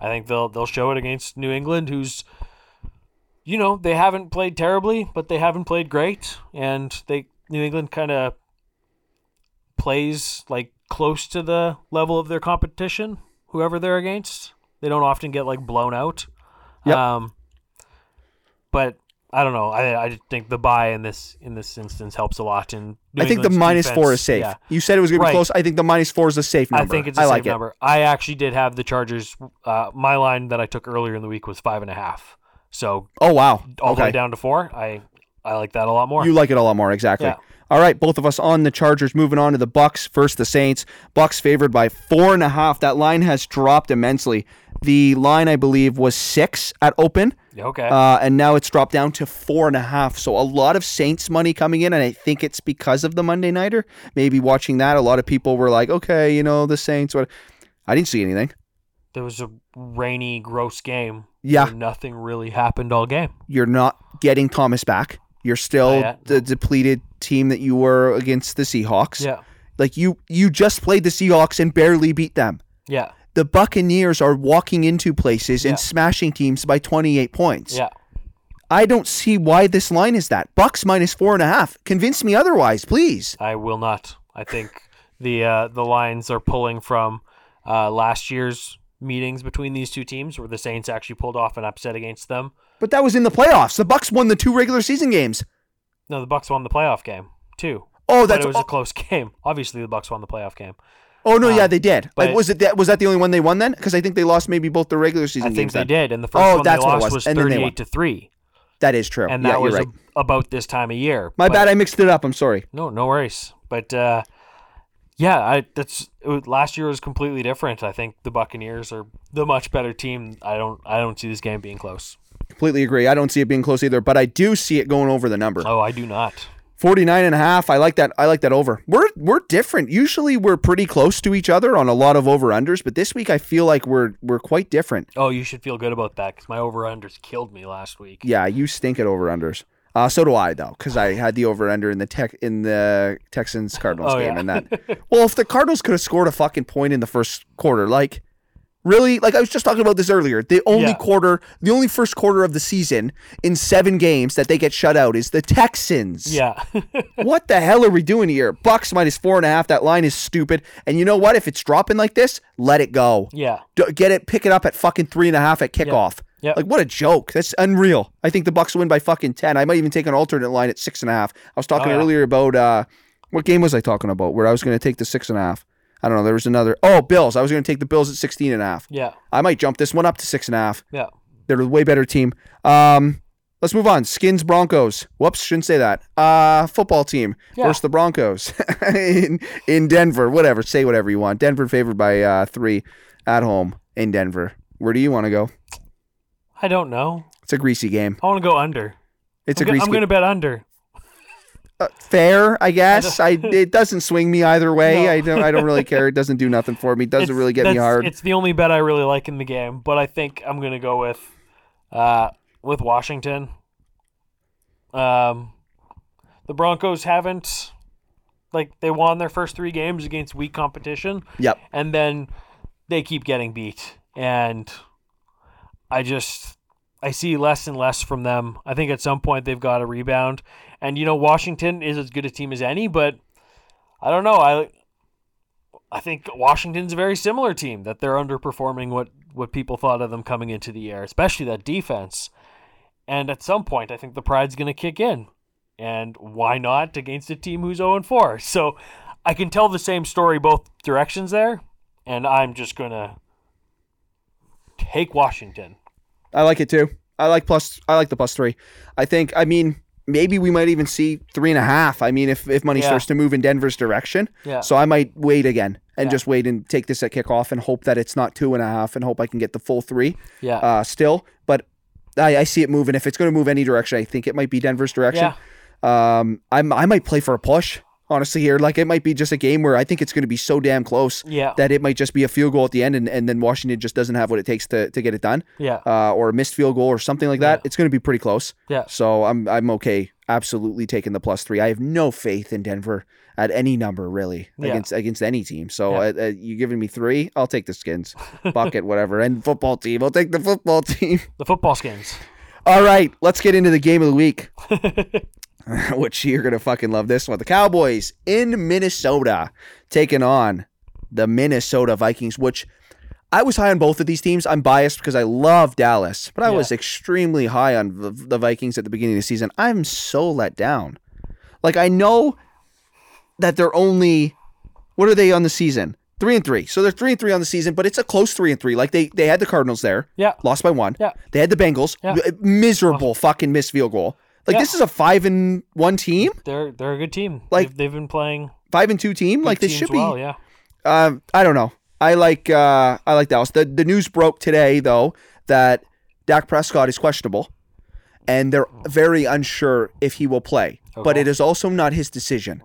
I think they'll they'll show it against New England, who's you know, they haven't played terribly, but they haven't played great, and they New England kind of plays like close to the level of their competition, whoever they're against. They don't often get like blown out. Yep. Um, but I don't know. I I just think the buy in this in this instance helps a lot. In New I think the England's minus four defense. is safe. Yeah. You said it was going to be Right. close. I think the minus four is a safe number. I think it's a like safe it. number. I actually did have the Chargers. Uh, my line that I took earlier in the week was five and a half. So Oh wow. all the way okay. down to four. I I like that a lot more. You like it a lot more, exactly. Yeah. All right, both of us on the Chargers. Moving on to the Bucks versus the Saints. Bucks favored by four and a half. That line has dropped immensely. The line, I believe, was six at open, okay. uh, and now it's dropped down to four and a half. So a lot of Saints money coming in, and I think it's because of the Monday nighter. Maybe watching that, a lot of people were like, "Okay, you know, the Saints." What? I didn't see anything. there was a rainy, gross game. Yeah. where nothing really happened all game. you're not getting Thomas back. You're Not still yet, the depleted team that you were against the Seahawks. Yeah. Like you you just played the Seahawks and barely beat them. Yeah. The Buccaneers are walking into places Yeah. and smashing teams by 28 points. Yeah. I don't see why this line is that. Bucks minus four and a half. Convince me otherwise, please. I will not. I think the uh, the lines are pulling from uh, last year's meetings between these two teams, where the Saints actually pulled off an upset against them. But that was in the playoffs. The Bucks won the two regular season games. No, the Bucks won the playoff game too. Oh, But that's it was oh, a close game. Obviously, the Bucks won the playoff game. no, yeah, they did. but- was it that was that the only one they won then? Because I think they lost maybe both the regular I season think games. they then. did, and the first Oh, one that's they what it lost was, was and then they won. thirty-eight to three, That is true. and yeah, that you're was right. a- about this time of year. My But- bad, I mixed it up. I'm sorry. No, no worries. But uh, yeah, I that's it was, last year was completely different. I think the Buccaneers are the much better team. I don't I don't see this game being close. Completely agree. I don't see it being close either, but I do see it going over the number. Oh, I do not. 49 and a half. I like that. I like that over. We're we're different. Usually we're pretty close to each other on a lot of over unders, but this week I feel like we're we're quite different. Oh, you should feel good about that because my over unders killed me last week. Yeah, you stink at over unders. Uh, so do I though, because I had the over under in the tech in the Texans Cardinals Oh, game yeah. and that. Well, if the Cardinals could have scored a fucking point in the first quarter, like really, like I was just talking about this earlier. The only Yeah. quarter, the only first quarter of the season in seven games that they get shut out is the Texans. Yeah. What the hell are we doing here? Bucks minus four and a half. That line is stupid. And you know what? If it's dropping like this, let it go. yeah. D- Get it, pick it up at fucking three and a half at kickoff. Yep. Like what a joke. That's unreal. I think the Bucks win by fucking ten. I might even take an alternate line at six and a half. I was talking yeah. earlier about uh what game was I talking about where I was gonna take the six and a half. I don't know. There was another oh Bills. I was gonna take the Bills at sixteen and a half. Yeah. I might jump this one up to six and a half. Yeah. They're a way better team. Um, let's move on. Skins Broncos. Whoops, shouldn't say that. Uh, football team Yeah. versus the Broncos in in Denver. Whatever, say whatever you want. Denver favored by uh, three at home in Denver. Where do you want to go? I don't know. It's a greasy game. I want to go under. It's I'm, a go- greasy I'm going to game. bet under. Uh, fair, I guess. I, it doesn't swing me either way. No. I don't. I don't really care. It doesn't do nothing for me. It doesn't It's- really get me that's- hard. It's the only bet I really like in the game, but I think I'm gonna go with uh, with Washington. Um, the Broncos haven't like they won their first three games against weak competition, Yep. and then they keep getting beat, and I just I see less and less from them. I think at some point they've got to rebound, and you know Washington is as good a team as any, but I don't know. I I think Washington's a very similar team that they're underperforming what what people thought of them coming into the year, especially that defense. And at some point, I think the pride's going to kick in, and why not against a team who's 0 4? So I can tell the same story both directions there, and I'm just gonna take Washington. I like it too. I like plus. I like the plus three. I think. I mean, maybe we might even see three and a half. I mean, if if money Yeah. starts to move in Denver's direction, Yeah. So I might wait again and Yeah. just wait and take this at kickoff and hope that it's not two and a half and hope I can get the full three. Yeah. Uh, still, but I, I see it moving. If it's going to move any direction, I think it might be Denver's direction. Yeah. Um, I'm I might play for a push. Honestly, here, like it might be just a game where I think it's going to be so damn close Yeah. that it might just be a field goal at the end, and, and then Washington just doesn't have what it takes to, to get it done Yeah. uh, or a missed field goal or something like that, Yeah. it's going to be pretty close. Yeah. So I'm I'm okay, absolutely taking the plus three. I have no faith in Denver at any number really Yeah. against against any team. So Yeah. uh, uh, you giving me three, I'll take the Skins, bucket, whatever, and football team. I'll take the football team. The football skins. All right, let's get into the game of the week. which you're gonna fucking love this one. The Cowboys in Minnesota taking on the Minnesota Vikings, which I was high on both of these teams. I'm biased because I love Dallas, but I was extremely high on the, the Vikings at the beginning of the season. I'm so let down. Like I know that they're only what are they on the season? Three and three. So they're three and three on the season, but it's a close three and three. Like they they had the Cardinals there. Yeah. Lost by one. Yeah. They had the Bengals. Yeah. Oh. M- Miserable fucking missed field goal. Like Yeah. this is a five and one team, They're they're a good team. Like- they've, they've been playing five and two team. Like this teams should be well, yeah. um, I don't know. I like uh, I like Dallas. The the news broke today though that Dak Prescott is questionable, and they're Oh. very unsure if he will play. But Okay. it is also not his decision,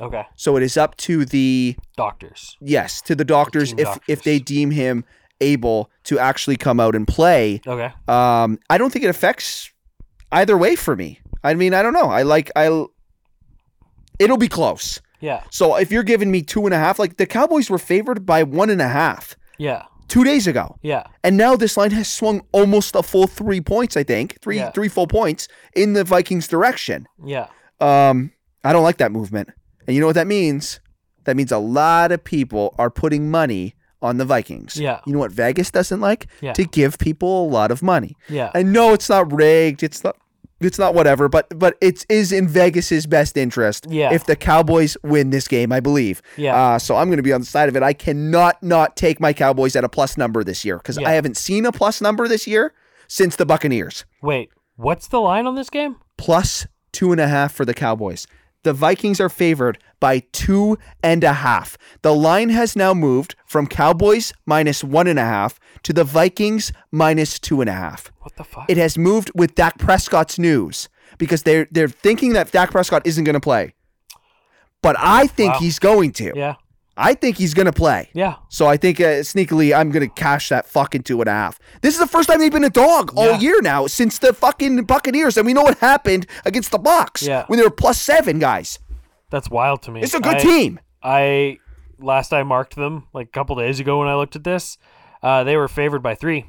Okay. so it is up to the Doctors. yes to the doctors Team if doctors. if they deem him able to actually come out and play. Okay. Um, I don't think it affects either way for me. I mean, I don't know. I like I. It'll be close. Yeah. So if you're giving me two and a half, like the Cowboys were favored by one and a half Yeah. two days ago. Yeah. And now this line has swung almost a full three points, I think. Three Yeah. three full points in the Vikings direction. Yeah. Um, I don't like that movement. And you know what that means? That means a lot of people are putting money on the Vikings. Yeah. You know what Vegas doesn't like? Yeah. To give people a lot of money. Yeah. I know it's not rigged. It's not it's not whatever, but but it is in Vegas's best interest Yeah. if the Cowboys win this game, I believe. Yeah. Uh, so I'm going to be on the side of it. I cannot not take my Cowboys at a plus number this year because Yeah. I haven't seen a plus number this year since the Buccaneers. Wait, what's the line on this game? Plus two and a half for the Cowboys. The Vikings are favored by two and a half. The line has now moved from Cowboys minus one and a half to the Vikings minus two and a half What the fuck? it has moved with Dak Prescott's news because they're they're thinking that Dak Prescott isn't going to play. But I think Wow. he's going to. yeah. I think he's going to play. Yeah. So I think uh, sneakily, I'm going to cash that fucking two and a half. This is the first time they've been a dog all Yeah. year now since the fucking Buccaneers, and we know what happened against the Bucks Yeah. when they were plus seven guys. That's wild to me. It's a good I- team. I last I marked them like a couple days ago when I looked at this, uh, they were favored by three,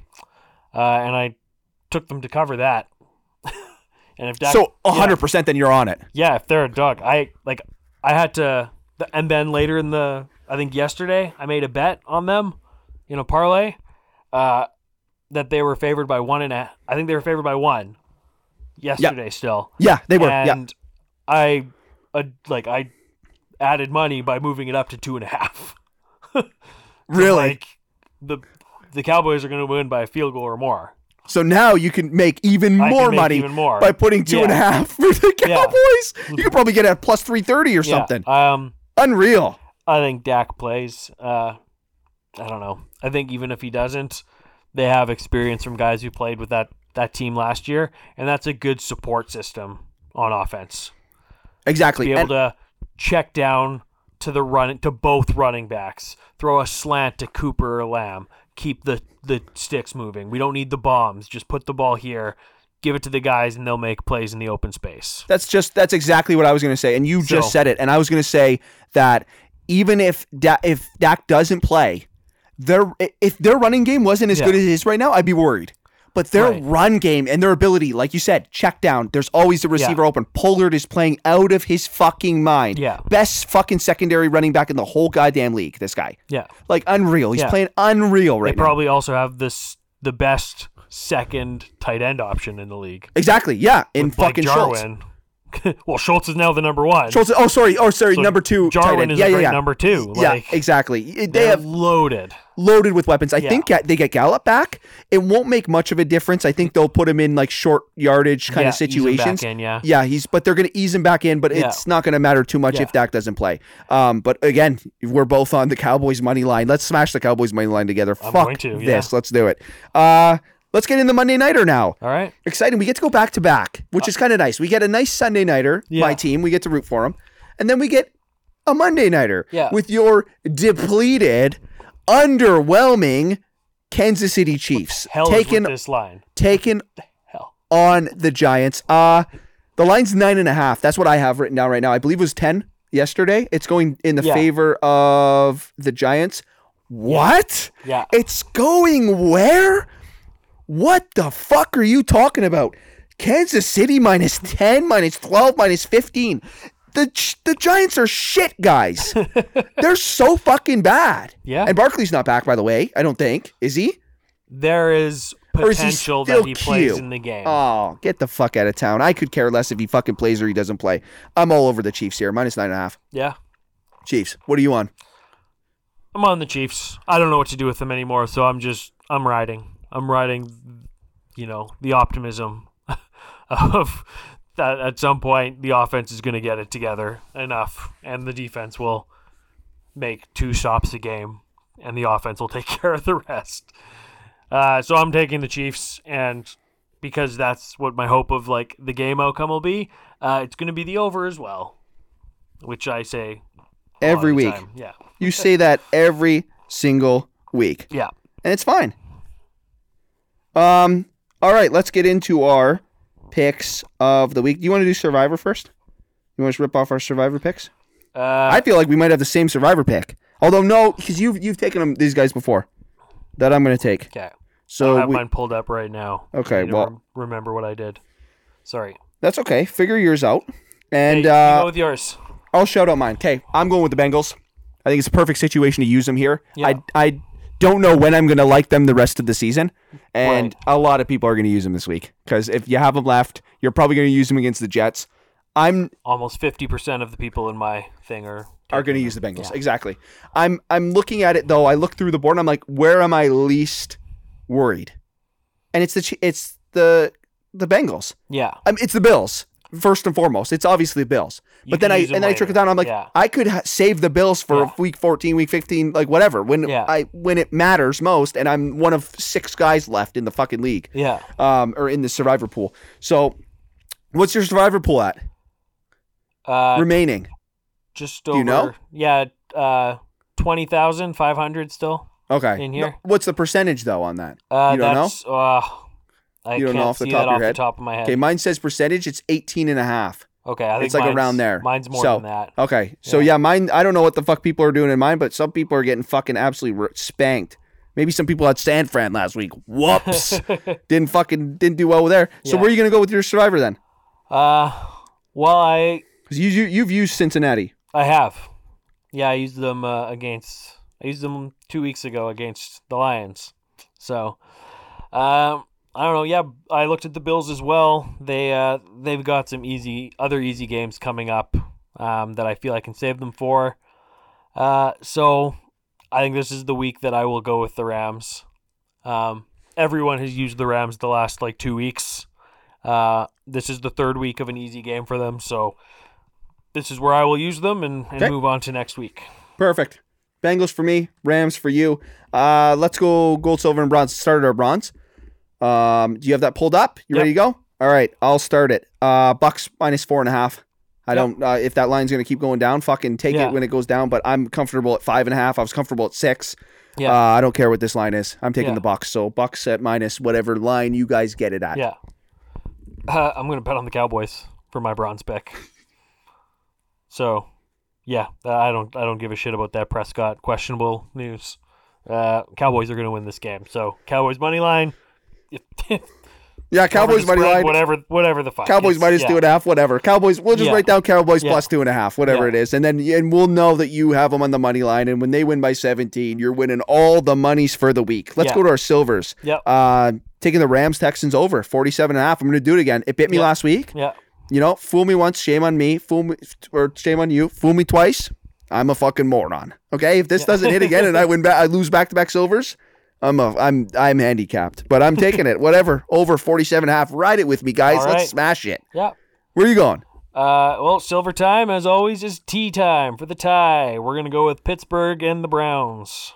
uh, and I took them to cover that. and if Dak, So 100 percent, then you're on it. yeah, if they're a dog, I like I had to, th- and then later in the I think yesterday I made a bet on them in a parlay uh, that they were favored by one and a, I think they were favored by one yesterday still Yeah, they were. yeah, and I, uh, like I, added money by moving it up to two and a half. really. Like the the Cowboys are going to win by a field goal or more. So now you can make even I can more make money even more. by putting two Yeah. and a half for the Yeah. Cowboys. You could probably get a plus 330 or Yeah, something. Um, Unreal. I think Dak plays. Uh, I don't know. I think even if he doesn't, they have experience from guys who played with that that team last year, and that's a good support system on offense. Exactly. be able And to check down to the run to both running backs, throw a slant to Cooper or Lamb, keep the the sticks moving. We don't need the bombs. Just put the ball here, give it to the guys, and they'll make plays in the open space. that's just that's exactly what I was going to say and you just So- said it and I was going to say that even if da- if Dak doesn't play, their if their running game wasn't as Yeah. good as it is right now, I'd be worried. But their Right. run game and their ability, like you said, check down. There's always a receiver open. Pollard is playing out of his fucking mind. Yeah. Best fucking secondary running back in the whole goddamn league, this guy. Yeah, Like unreal. He's Yeah. playing unreal they right now. probably also have this the best second tight end option in the league. Exactly. Yeah. In Blake fucking Schultz. Jarwin. well, Schultz is now the number one. Schultz. Oh, sorry. Oh, sorry. So number two. tight Jarwin end. is yeah, a yeah, great yeah. number two. Yeah, Like, exactly. They They're have loaded. loaded with weapons. I Yeah. think Ga- they get Gallup back. It won't make much of a difference. I think they'll put him in like short yardage kind Yeah, of ease him back situations. in, yeah. yeah, he's but they're going to ease him back in, but Yeah. it's not going to matter too much Yeah. if Dak doesn't play. Um, but again, we're both on the Cowboys money line. Let's smash the Cowboys money line together. going Fuck to, yeah. this. Let's do it. Uh, let's get in the Monday nighter now All right. exciting. We get to go back to back, which is kind of nice. We get a nice Sunday nighter, Uh, Yeah. my team. We get to root for them, and then we get a Monday nighter Yeah. with your depleted, underwhelming Kansas City Chiefs Hell is with taken this line. taken Hell. on the Giants. Uh the line's nine and a half. That's what I have written down right now. I believe it was ten yesterday. It's going in the Yeah. favor of the Giants. What? Yeah. It's going where? What the fuck are you talking about? Kansas City minus 10, minus 12, minus 15. The, the Giants are shit, guys. They're so fucking bad. Yeah. And Barkley's not back, by the way, I don't think. Is he? There is Or is he still potential that he plays cute? in the game. Oh, get the fuck out of town. I could care less if he fucking plays or he doesn't play. I'm all over the Chiefs here. Minus nine and a half. yeah. Chiefs, what are you on? I'm on the Chiefs. I don't know what to do with them anymore, so I'm just I'm riding. I'm riding you know, the optimism of that at some point the offense is going to get it together enough and the defense will make two stops a game and the offense will take care of the rest. Uh, so I'm taking the Chiefs and because that's what my hope of like the game outcome will be, uh, it's going to be the over as well, which I say all Every the week. time. Yeah. You say that every single week. Yeah. and it's fine. Um. All right, let's get into our picks of the week. Do you want to do Survivor first? You want to just rip off our Survivor picks? Uh, I feel like we might have the same Survivor pick. Although no, because you've you've taken 'em- these guys before. That I'm going to take. Okay. I So have we, mine pulled up right now. Okay, I need to well- rem- remember what I did. Sorry. that's okay. Figure yours out, and Hey, you uh, go with yours. I'll shout out mine. Okay, I'm going with the Bengals. I think it's a perfect situation to use them here. Yeah. I I don't know when I'm going to like them the rest of the season, and a lot of people are going to use them this week because if you have them left, you're probably going to use them against the Jets. I'm Almost fifty percent of the people in my thing are are going to use the Bengals exactly. I'm I'm looking at it though. I look through the board. and I'm like, where am I least worried? And it's the Chi- it's the the Bengals. yeah. I mean, it's the Bills first and foremost. It's obviously the Bills. But then I can use and them then I took later. it down. I'm like, Yeah. I could ha- save the Bills for Yeah. week 14, week 15, like whatever. When Yeah. I when it matters most, and I'm one of six guys left in the fucking league, Yeah. um, or in the survivor pool. So, what's your survivor pool at Uh, remaining? just over you know? yeah, uh twenty thousand five hundred still. Okay, in No- here? what's the percentage though on that? Uh you don't know. that's uh I You don't know can't off the see top of that your off the head? top of my head. Okay, mine says percentage. It's 18 and a half. Okay, I think it's like mine's- around there. Mine's more So, than that. Okay. So yeah. Yeah. mine. I don't know what the fuck people are doing in mine, but some people are getting fucking absolutely r- spanked. Maybe some people had San Fran last week. Whoops. didn't fucking didn't do well there. So Yeah. where are you gonna go with your survivor then? Uh well I Because you, you you've used Cincinnati. I have. Yeah, I used them uh, against. I used them two weeks ago against the Lions. So, um, I don't know. Yeah, I looked at the Bills as well. They uh, they've got some easy other easy games coming up um, that I feel I can save them for. Uh, so, I think this is the week that I will go with the Rams. Um, everyone has used the Rams the last like two weeks. Uh, this is the third week of an easy game for them. So this is where I will use them and, and Okay. move on to next week. Perfect. Bengals for me. Rams for you. Uh, let's go gold, silver, and bronze. Started our bronze. Um, do you have that pulled up? You Yep. ready to go? All right, I'll start it. Uh, Bucks minus four and a half. I Yep. don't. Uh, if that line's gonna keep going down, fucking take Yeah. it when it goes down. But I'm comfortable at five and a half. I was comfortable at six. Yeah. Uh, I don't care what this line is. I'm taking Yeah. the Bucks. So Bucks at minus whatever line you guys get it at. Yeah. Uh, I'm going to bet on the Cowboys for my bronze pick. So, yeah, I don't I don't give a shit about that Prescott questionable news. Uh, Cowboys are going to win this game. So, Cowboys money line. if- if Yeah, cover Cowboys the money spread, line. Whatever, whatever the fuck. Cowboys It's- minus yeah. two and a half, whatever. Cowboys, we'll just Yeah. write down Cowboys Yeah. plus two and a half, whatever Yeah. it is, and then and we'll know that you have them on the money line. And when they win by seventeen, you're winning all the monies for the week. Let's Yeah. go to our silvers. Yep. Uh, taking the Rams Texans over 47 and a half. I'm going to do it again. It bit me Yep. last week. Yeah. You know, fool me once, shame on me. Fool me or shame on you. Fool me twice, I'm a fucking moron. Okay, if this doesn't hit again and I win back, I lose back to back silvers. I'm a, I'm I'm handicapped, but I'm taking it. Whatever, over 47 and a half. Ride it with me, guys. All Let's right. smash it. Yeah. Where are you going? Uh, well, silver time, as always, is tea time for the tie. We're going to go with Pittsburgh and the Browns.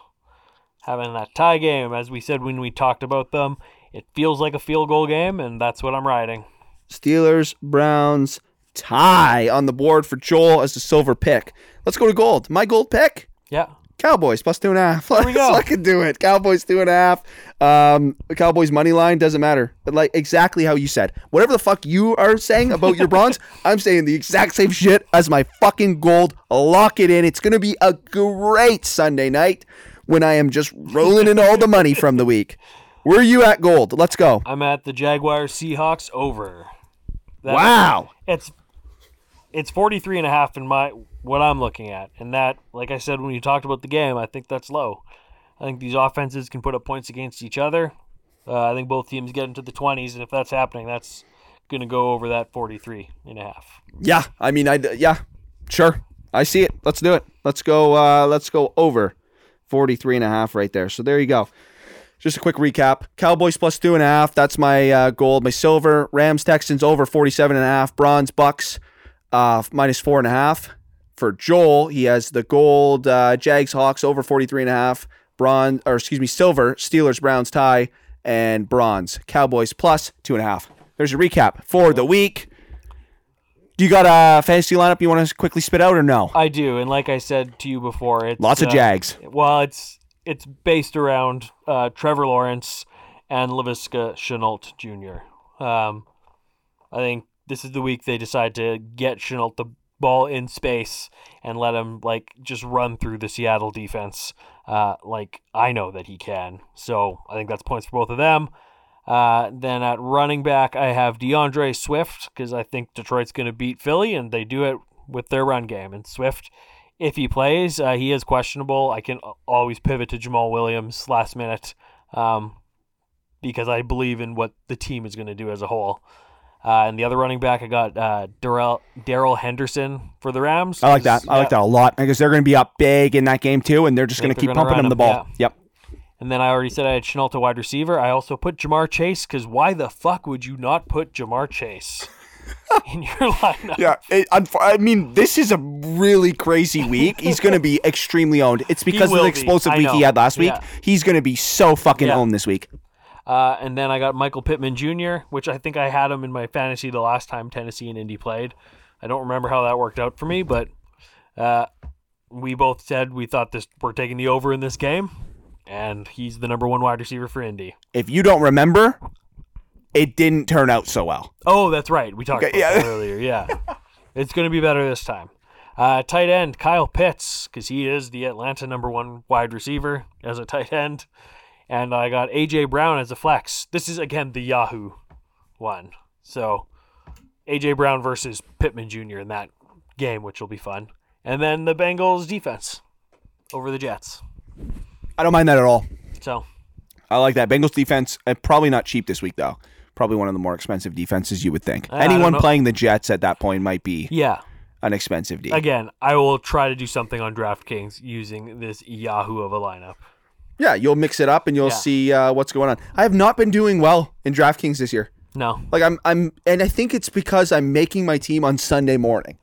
Having that tie game, as we said when we talked about them, it feels like a field goal game, and that's what I'm riding. Steelers, Browns, tie on the board for Joel as the silver pick. Let's go to gold. My gold pick. Yeah. Cowboys plus two and a half. Let's we go. fucking do it. Cowboys two and a half. Um, the Cowboys money line doesn't matter. But like exactly how you said. Whatever the fuck you are saying about your bronze, I'm saying the exact same shit as my fucking gold. Lock it in. It's gonna be a great Sunday night when I am just rolling in all the money from the week. Where are you at, Gold? Let's go. I'm at the Jaguars Seahawks over. That- Wow. it's it's 43 and a half in my what I'm looking at and that like I said when you talked about the game I think that's low I think these offenses can put up points against each other uh, I think both teams get into the 20s and if that's happening that's gonna go over that 43 and a half Yeah, I mean, I yeah, sure, I see it. Let's do it. Let's go. Uh, let's go over 43 and a half right there. So there you go. Just a quick recap: Cowboys plus two and a half. That's my uh, gold. My silver. Rams Texans over 47 and a half. Bronze Bucks uh, minus four and a half. For Joel, he has the gold uh, Jags Hawks over 43 and a half. Bronze or excuse me, silver Steelers Browns tie and bronze Cowboys plus two and a half. There's your recap for the week. Do you got a fantasy lineup you want to quickly spit out or no? I do and like I said to you before it's Lots of uh, Jags. well it's it's based around uh, Trevor Lawrence and Laviska Chenault Jr. Um, I think this is the week they decide to get Chenault the ball in space and let him like just run through the Seattle defense. Uh, like I know that he can, so I think that's points for both of them. Uh, then at running back, I have DeAndre Swift because I think Detroit's going to beat Philly, and they do it with their run game. And Swift, if he plays, uh, he is questionable. I can a- always pivot to Jamal Williams last minute um, because I believe in what the team is going to do as a whole. Uh, and the other running back, I got uh, Darrell- Daryl Henderson for the Rams. I like that. I like Yeah. that a lot because they're going to be up big in that game too, and they're just going Think to keep they're gonna pumping run him the him, ball. Yep. And then I already said I had Chenault to wide receiver. I also put Jamar Chase because why the fuck would you not put Jamar Chase in your lineup? Yeah. It, unf- I mean, this is a really crazy week. He's going to be extremely owned. It's because of will the be. explosive I week he know. had last week. Yeah. He's going to be so fucking Yeah. owned this week. Uh, and then I got Michael Pittman Jr., which I think I had him in my fantasy the last time Tennessee and Indy played. I don't remember how that worked out for me, but uh, we both said we thought this we're taking the over in this game, and he's the number one wide receiver for Indy. If you don't remember, it didn't turn out so well. Oh, that's right. We talked Okay, about that yeah. earlier. Yeah. it's going to be better this time. Uh, tight end, Kyle Pitts, because he is the Atlanta number one wide receiver as a tight end. And I got A.J. Brown as a flex. This is, again, the Yahoo one. So A.J. Brown versus Pittman Jr. in that game, which will be fun. And then the Bengals defense over the Jets. I don't mind that at all. So I like that Bengals defense. Uh, probably not cheap this week though. Probably one of the more expensive defenses you would think. I don't Anyone know. playing the Jets at that point might be yeah, an expensive D. again, I will try to do something on DraftKings using this Yahoo of a lineup. Yeah, you'll mix it up and you'll Yeah. see uh, what's going on. I have not been doing well in DraftKings this year. No, Like I'm, I'm, and I think it's because I'm making my team on Sunday morning,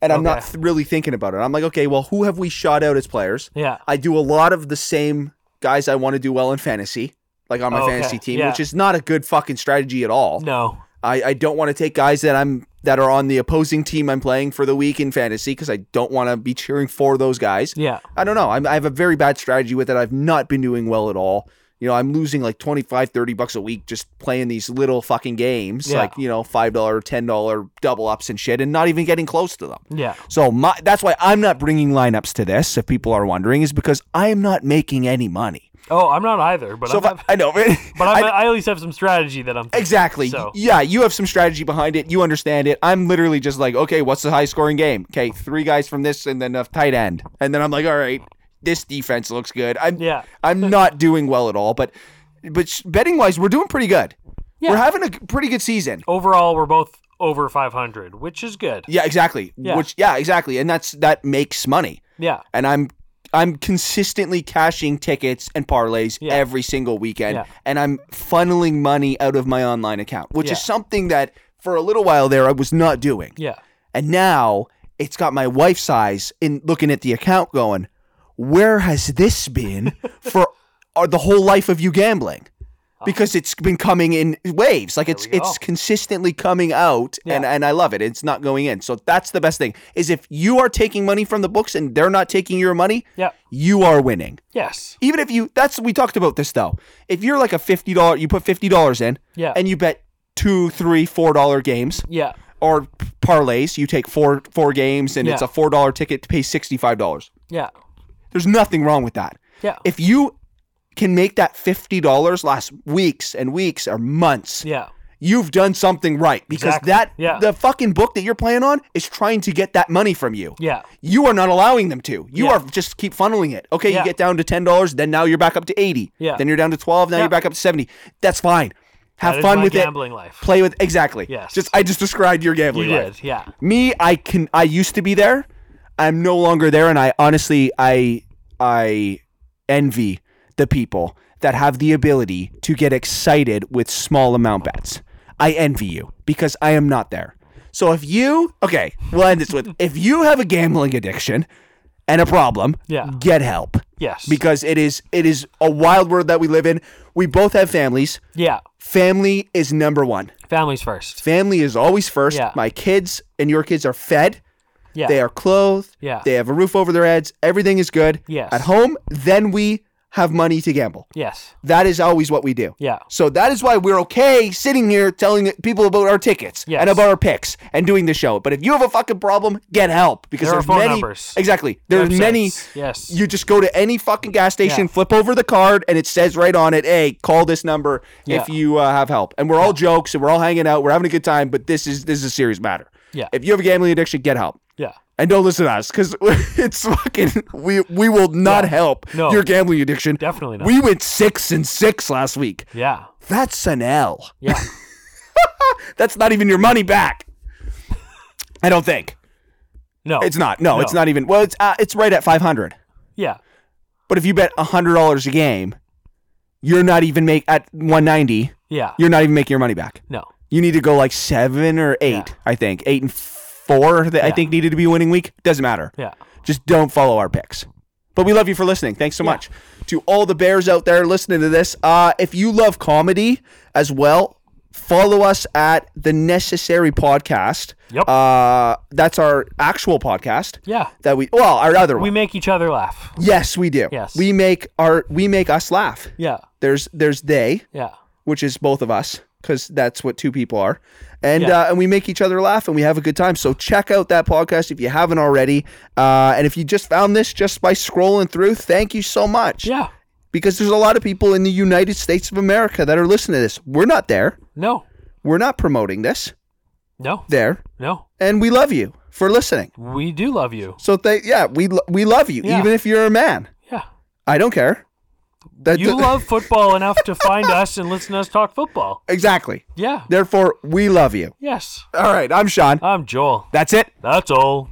and I'm not th- really thinking about it. I'm like, okay, well, who have we shot out as players? Yeah. I do a lot of the same guys I want to do well in fantasy, like on my Okay, fantasy team, yeah. which is not a good fucking strategy at all. no. I, I don't want to take guys that I'm that are on the opposing team I'm playing for the week in fantasy because I don't want to be cheering for those guys. Yeah. I don't know. I'm, I have a very bad strategy with it. I've not been doing well at all. You know, I'm losing like 25, 30 bucks a week just playing these little fucking games, Yeah. like, you know, $5, $10 double ups and shit, and not even getting close to them. Yeah. So my, that's why I'm not bringing lineups to this, if people are wondering, is because I am not making any money. Oh, I'm not either, but So I'm if I, I not- know, but but I'm, I, at least have some strategy that I'm thinking, Exactly. So Yeah, you have some strategy behind it. You understand it. I'm literally just like, okay, what's the high scoring game? Okay, three guys from this and then a tight end. And then I'm like, all right, this defense looks good. I'm Yeah. I'm not doing well at all, but but sh- betting wise, we're doing pretty good. We're having a g- pretty good season. overall we're both over 500, which is good. Yeah, exactly. Yeah. Which yeah, exactly. And that's that makes money. Yeah. And I'm I'm consistently cashing tickets and parlays Yeah. every single weekend, Yeah. and I'm funneling money out of my online account, which Yeah. is something that for a little while there I was not doing. Yeah. And now it's got my wife's eyes in looking at the account going, where has this been for uh, the whole life of you gambling? Because it's been coming in waves. Like it's we go. it's consistently coming out and, Yeah. and I love it. It's not going in. So that's the best thing is if you are taking money from the books and they're not taking your money, Yeah. you are winning. Yes. Even if you that's we talked about this though. If you're like a fifty dollar you put fifty dollars in Yeah. and you bet two, three, four dollar games Yeah. or parlays. You take four four games, and it's Yeah. a four dollar ticket to pay sixty five dollars. Yeah. There's nothing wrong with that. Yeah. If you can make that $50 last weeks and weeks or months, Yeah. you've done something right because Exactly. that Yeah. the fucking book that you're playing on is trying to get that money from you. Yeah. You are not allowing them to. You Yeah. are just keep funneling it. Okay, Yeah. you get down to ten dollars, then now you're back up to eighty. Yeah. Then you're down to twelve. Now Yeah. you're back up to seventy. That's fine. Have That is fun my with gambling it. life. Play with exactly. Yes. Just I just described your You gambling life. did. Yeah. Me, I can. I used to be there. I'm no longer there, and I honestly, I, I envy the people that have the ability to get excited with small amount bets. I envy you because I am not there. So if you, okay, we'll end this with if you have a gambling addiction and a problem, Yeah. get help Yes. because it is it is a wild world that we live in. We both have families. yeah. Family is number one. Families first. Family is always first. Yeah. My kids and your kids are fed. Yeah. They are clothed. Yeah. They have a roof over their heads. Everything is good. Yes. At home, then we have money to gamble. Yes. That is always what we do. Yeah. So that is why we're okay sitting here telling people about our tickets Yes. and about our picks and doing the show. But if you have a fucking problem, get help because There are there's phone many numbers. exactly. There's Websites. many. Yes. You just go to any fucking gas station, Yeah. flip over the card, and it says right on it, "Hey, call this number if Yeah. you uh, have help." And we're all jokes and we're all hanging out. We're having a good time, but this is this is a serious matter. Yeah. If you have a gambling addiction, get help. yeah. And don't listen to us because it's fucking. We we will not help No. your gambling addiction. Definitely not. We went six and six last week. Yeah. That's an L. Yeah. That's not even your money back. I don't think No. it's not. No, it's No. not even. Well, it's uh, it's right at five hundred. Yeah. But if you bet hundred dollars a game, you're not even make at one ninety. Yeah. You're not even making your money back. no. You need to go like seven or eight. Yeah. I think eight and four. That I Yeah. think needed to be winning week. Doesn't matter. Yeah. Just don't follow our picks. But we love you for listening. Thanks so much to all the bears out there listening to this. Uh, if you love comedy as well, follow us at the Necessary Podcast. Yep. Uh, that's our actual podcast. Yeah. That we well our other one. We make each other laugh. yes, we do. Yes. We make our we make us laugh. Yeah. There's there's they Yeah. which is both of us because that's what two people are and Yeah. uh, and we make each other laugh and we have a good time so check out that podcast if you haven't already uh, and if you just found this just by scrolling through thank you so much Yeah. because there's a lot of people in the united states of america that are listening to this we're not there No. we're not promoting this No. there No. and we love you for listening We do love you. so thank yeah we, lo- we love you Yeah. even if you're a man Yeah. i don't care that You love football enough to find us and listen to us talk football. exactly Yeah. therefore we love you Yes. Uh, all right i'm sean I'm Joel. that's it That's all.